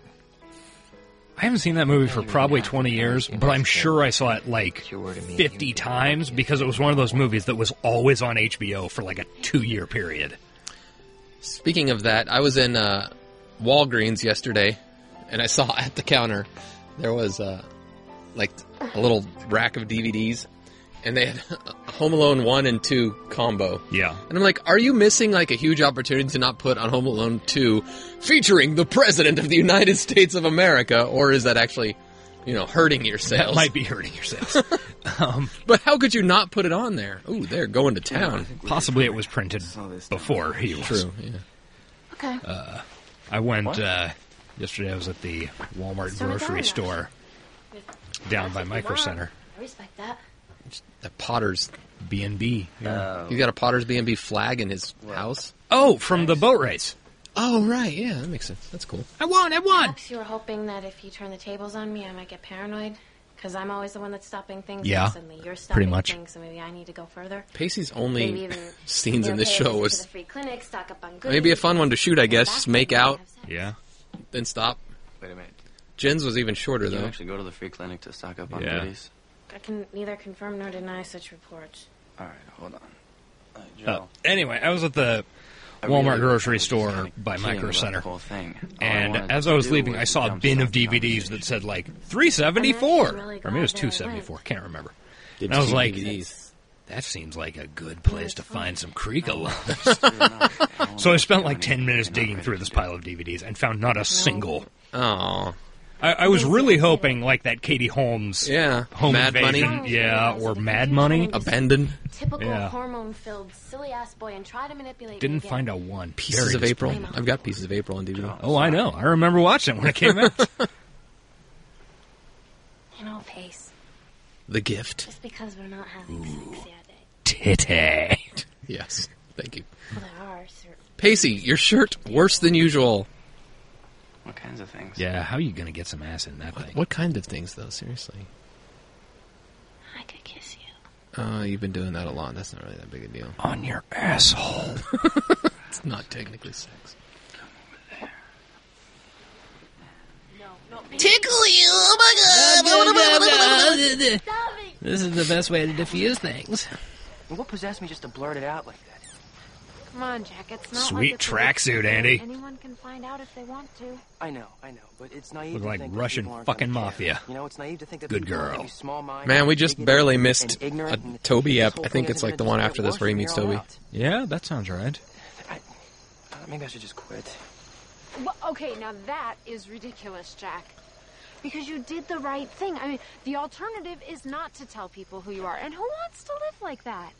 I haven't seen that movie for probably 20 years, but I'm sure I saw it like 50 times because it was one of those movies that was always on HBO for like a 2-year period. Speaking of that, I was in uh, Walgreens yesterday, and I saw at the counter there was uh, like a little rack of DVDs, and they had Home Alone one and two combo. Yeah, and I'm like, are you missing like a huge opportunity to not put on Home Alone two, featuring the President of the United States of America, or is that actually, you know, hurting your sales? That might be hurting your sales. um, but how could you not put it on there? Ooh, they're going to town. Possibly it was printed before he was. True, yeah. Okay. Uh, I went uh, yesterday. I was at the Walmart So did I. grocery store down by Micro Center. I respect that. The Potter's B and B. He's got a Potter's B and B flag in his house. Oh, from the boat race. Oh right, yeah, that makes sense. That's cool. I won. I won. Perhaps you were hoping that if you turn the tables on me, I might get paranoid. Because I'm always the one that's stopping things. Yeah, And suddenly you're pretty stopping much. things, so maybe I need to go further. Pacey's only Maybe even scenes in throw this show papers was- to the free clinic, stock up on Maybe a goodies. fun one to shoot, I guess. Just make out. Yeah. Then stop. Wait a minute. Jen's was even shorter Did you though. actually go to the free clinic to stock up on Yeah. goodies? I can neither confirm nor deny such reports. All right, hold on. Uh, Joe, Uh, anyway, I was at the I Walmart really- grocery store by kidding Micro about Center, the whole thing. All I and wanted as to I was do leaving, was I saw a jump bin of DVDs that said like 374, or maybe it was 274. Can't remember. And I was cheap like, DVDs. that seems like a good place to find some Krieg Oh. loans. so I spent like 10 minutes digging through this pile of DVDs and found not a single. Oh. I, I was really hoping like that Katie Holmes, yeah, home Mad Money. invasion, yeah, or Mad Money, Abandon. Typical Yeah. hormone-filled silly ass boy, and try to manipulate. Didn't me again. find a one. Pieces Very of April. disappointing. I've got Pieces of April on DVD. Oh, I know. I remember watching it when it came out. You know, Pace. the Gift. Just because we're not having sex yet. Titty. Yes. Thank you. Well, there are certain. Pacey, your shirt worse than usual. What kinds of things? Yeah, how are you going to get some ass in that thing? What kind of things though? Seriously. I could kiss you. Uh, you've been doing that a lot. That's not really that big a deal. On your asshole. it's not technically sex. Tickle you! Oh my god! This is the best way to diffuse things. What possessed me just to blurt it out like that? Come on, Jack. It's not Sweet like it's a big tracksuit, secret. Andy. Anyone can find out if they want to. I know, I know, but it's naive Look to like think that Russian people aren't fucking gonna care. mafia. You know, it's naive to think that Good people aren't girl. gonna be small-minded Man, we and just bigoted barely and missed a ignorant and- Toby this app. whole I think thing it's isn't like the gonna one just after get this where he worse meets from here Toby. on out. Yeah, that sounds right. Uh, Maybe I should just quit. Well, okay, now that is ridiculous, Jack. Because you did the right thing. I mean, the alternative is not to tell people who you are, and who wants to live like that?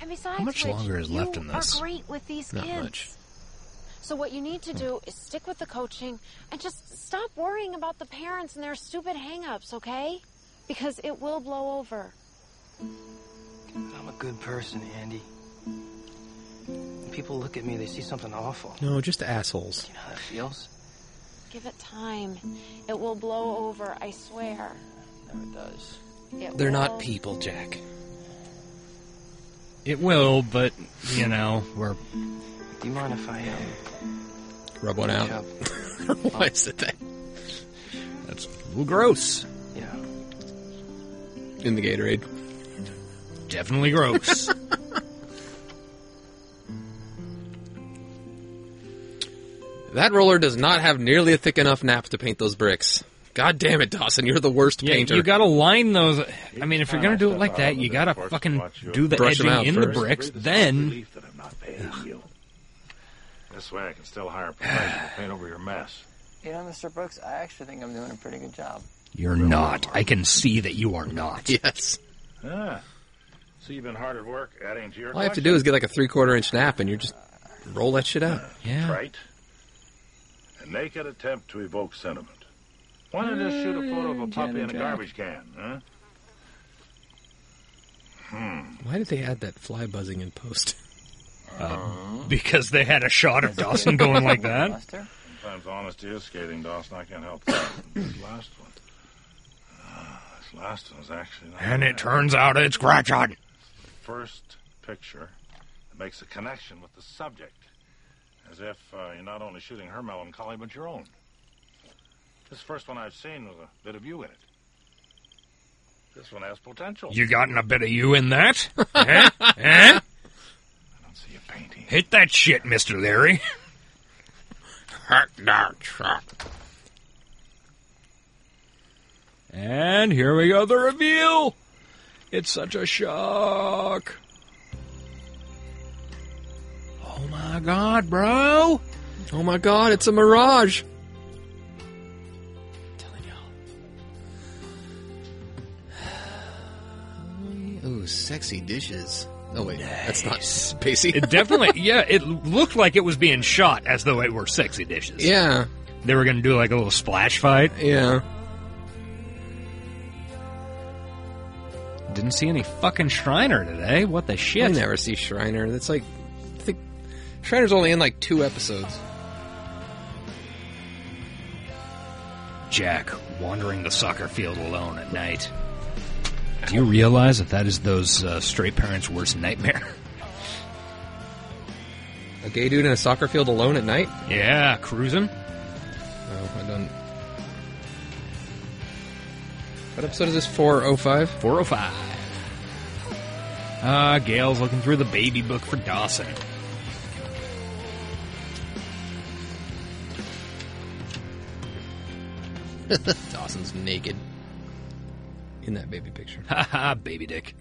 And besides, How much which, longer is you left in this? Are great with these Not kids. much. Hmm. So what you need to do is stick with the coaching and just stop worrying about the parents and their stupid hang-ups, okay? Because it will blow over. I'm a good person, Andy. When people look at me, they see something awful. No, just assholes. You know how that feels? Give it time. It will blow over, I swear. Never does. It They're will. not people, Jack. It will, but, you know, we're. Do you mind if I um, Rub one out. Why is it that? That's a little gross. Yeah. In the Gatorade. Definitely gross. That roller does not have nearly a thick enough nap to paint those bricks. God damn it, Dawson, you're the worst yeah, painter. you gotta line those. I mean, if you're gonna do it like that, you gotta fucking do the Brush 'em edging out in first. the bricks, then. Relief that I'm not paying you. This way, I can still hire a professional to paint over your mess. You know, Mr. Brooks, I actually think I'm doing a pretty good job. You're not. I can see that you are not. Yes. Ah, so you've been hard at work adding to your. All you have to do is get like a three quarter inch nap and you just roll that shit out. Yeah. Right. A naked attempt to evoke sentiment. Why not just shoot a photo of a Mm, puppy in a Jack. garbage can, huh? Hmm. Why did they add that fly buzzing in post? Uh, because they had a shot of Dawson going like that. Sometimes honesty is scathing, Dawson. I can't help that. this last one. Ah, this last one is actually. Not And it bad. turns out it's Gretchen. First picture that makes a connection with the subject, as if uh, you're not only shooting her melancholy but your own. This first one I've seen with a bit of you in it. This one has potential. You gotten a bit of you in that? Eh? huh? Huh? Hit that shit, Mr. Larry. Hot dog truck. And here we go, the reveal! It's such a shock. Oh my god, bro! Oh my god, it's a mirage! telling y'all. Ooh, sexy dishes. Oh wait, that's not spacey. It definitely, yeah, it looked like it was being shot as though it were sexy dishes. yeah, They were gonna do like a little splash fight. yeah. Didn't see any fucking Shriner today. What the shit? I never see Shriner. That's like, I think Shriner's only in like two episodes. Jack wandering the soccer field alone at night. Do you realize that that is those uh, straight parents' worst nightmare? A gay dude in a soccer field alone at night? yeah, cruising. Oh, I don't. What episode is this? Four oh five. Four oh five. Ah, Gail's looking through the baby book for Dawson. Dawson's naked in that baby picture. Ha ha, baby dick.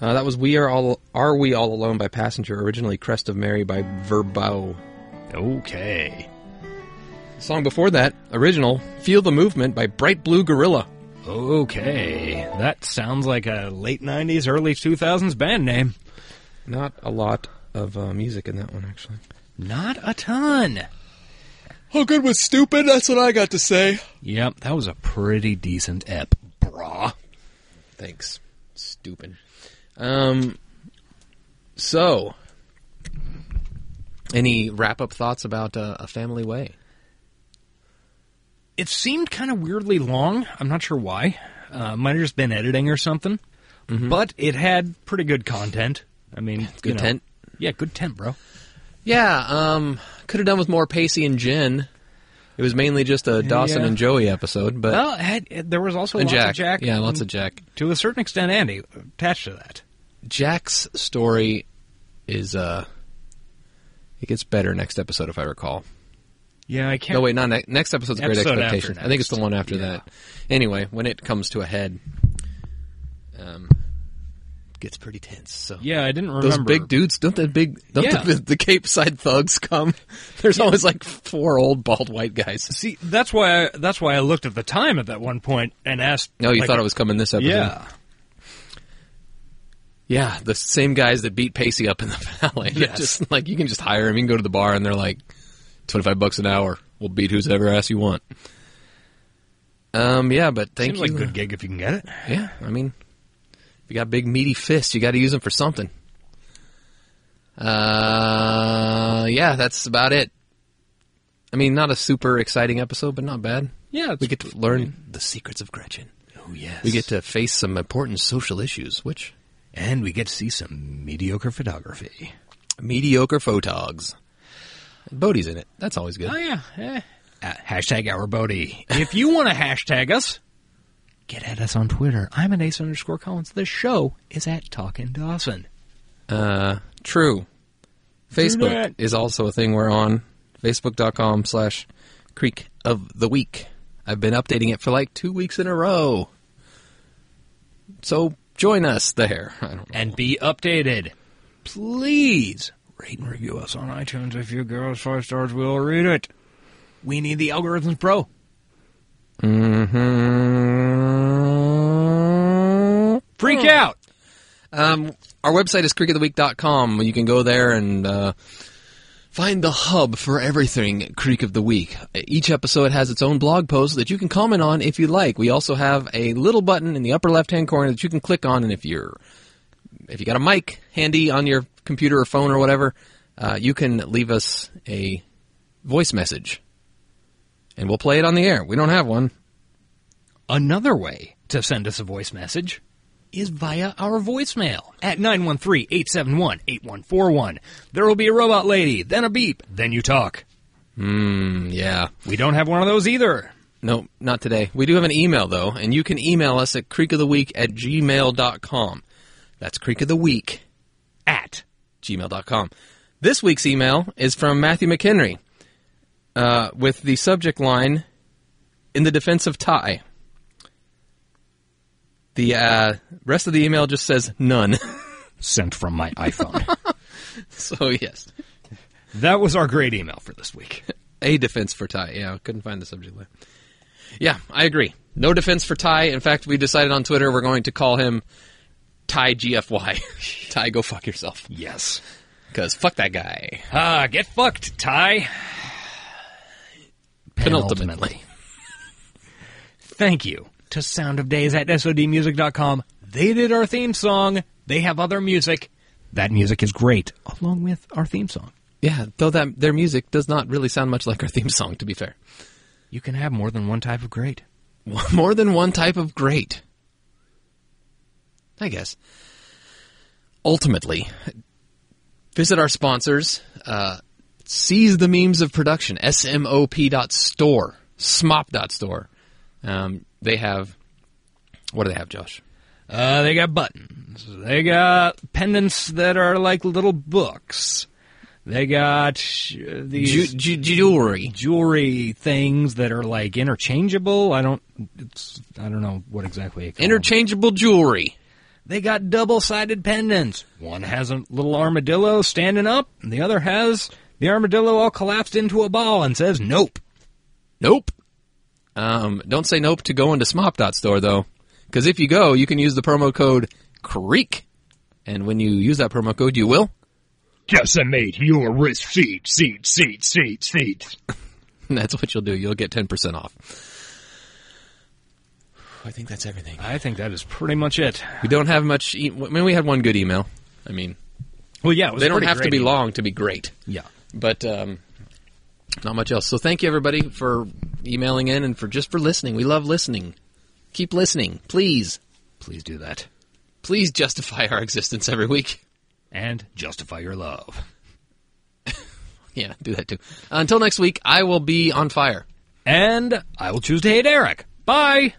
Uh, that was "We Are All Are We All Alone" by Passenger, originally "Crest of Mary" by Verbo. Okay. The song before that, original "Feel the Movement" by Bright Blue Gorilla. Okay, that sounds like a late '90s, early 2000s band name. Not a lot of uh, music in that one, actually. Not a ton. How good was stupid? That's what I got to say. Yep, that was a pretty decent ep, brah. Thanks, stupid. Um, so any wrap up thoughts about uh, a family way? It seemed kind of weirdly long. I'm not sure why. Uh, might have just been editing or something. But it had pretty good content. I mean, Mm-hmm. Good you know. tent. Yeah, good tent, bro. Yeah, um, could have done with more Pacey and Jen. It was mainly just a Dawson Yeah. and Joey episode, but well, it had, it- there was also and lots Jack. of Jack. yeah, Oh, lots and of Jack. To a certain extent, Andy attached to that. Jack's story is uh, it gets better next episode if I recall. Yeah, I can't. No, wait, not ne- next episode's Great Episode after Expectations. I think it's the one after that. Anyway, when it comes to a head, um, gets pretty tense. So Yeah, I didn't Those remember. big dudes, don't the big, don't Yeah. the, the Cape Side thugs come? There's always like four old bald white guys. See, that's why I, that's why I looked at the time at that one point and asked. No, you like, thought it was coming this episode. Yeah, Yeah, the same guys that beat Pacey up in the valley. They're Yes. Just like you can just hire him, you can go to the bar and they're like twenty five bucks an hour. We'll beat whose ever ass you want. Um yeah, but thank seems you. like a good gig if you can get it. Yeah, I mean if you got big meaty fists, you gotta use them for something. Uh yeah, that's about it. I mean not a super exciting episode, but not bad. Yeah, we get to learn the secrets of Gretchen. Oh yes, We get to face some important social issues, which and we get to see some mediocre photography. mediocre photogs. Bodie's in it. That's always good. Oh yeah. Eh. At hashtag our Bodie. If you want to hashtag us, get at us on Twitter. I'm an ace underscore Collins. The show is at Talkin' Dawson. Uh, true. that. Facebook is also a thing we're on. Facebook.com slash Creek of the Week. I've been updating it for like two weeks in a row. So join us there. I don't know. And be updated. Please rate and review us on iTunes. If you give us five stars, we'll read it. We need the algorithms pro. Mm-hmm. Freak out. Um, our website is creekoftheweek.com. You can go there and uh, Find the hub for everything Creek of the Week. Each episode has its own blog post that you can comment on if you like. We also have a little button in the upper left-hand corner that you can click on, and if you're if you got a mic handy on your computer or phone or whatever, uh, you can leave us a voice message, and we'll play it on the air. We don't have one. Another way to send us a voice message is via our voicemail at 913-871-8141. There will be a robot lady, then a beep, then you talk. Hmm, yeah. We don't have one of those either. No, not today. We do have an email, though, and you can email us at creekoftheweek at gmail.com. That's creekoftheweek at gmail.com. This week's email is from Matthew McHenry uh, with the subject line, In the Defense of Ty. The uh, rest of the email just says none. Sent from my iPhone. so, yes. That was our great email for this week. A defense for Ty. Yeah, couldn't find the subject line. Yeah, I agree. No defense for Ty. In fact, we decided on Twitter we're going to call him Ty GFY. Ty, go fuck yourself. Yes. Because fuck that guy. Ah, get fucked, Ty. Penultimately. Thank you to Sound of Days at SODmusic.com. They did our theme song. They have other music. That music is great, along with our theme song. Yeah, though that their music does not really sound much like our theme song, to be fair. You can have more than one type of great. More than one type of great. I guess. Ultimately, visit our sponsors. Uh, seize the memes of production. SMOP.store. SMOP.store. Um, they have. What do they have, Josh? Uh, they got buttons. They got pendants that are like little books. They got uh, these Ju- ju- jewelry. jewelry things that are like interchangeable. I don't. It's, I don't know what exactly. It Interchangeable jewelry. They got double-sided pendants. One has a little armadillo standing up, and the other has the armadillo all collapsed into a ball and says "Nope." Nope. Um, don't say nope to going to smop.store, though, because if you go, you can use the promo code CREEK. And when you use that promo code, you will Decimate your receipt, seat, seat, seat, seat. That's what you'll do. You'll get 10% off. I think that's everything. I think that is pretty much it. We don't have much. E- I mean, we had one good email. I mean, well, yeah, it was they don't pretty have to great be email. long to be great. Yeah. But um, not much else. So thank you, everybody, for emailing in and for just for listening. We love listening. Keep listening, please. Please do that. Please justify our existence every week. And justify your love. Yeah, do that too. Until next week, I will be on fire. And I will choose to hate Eric. Bye.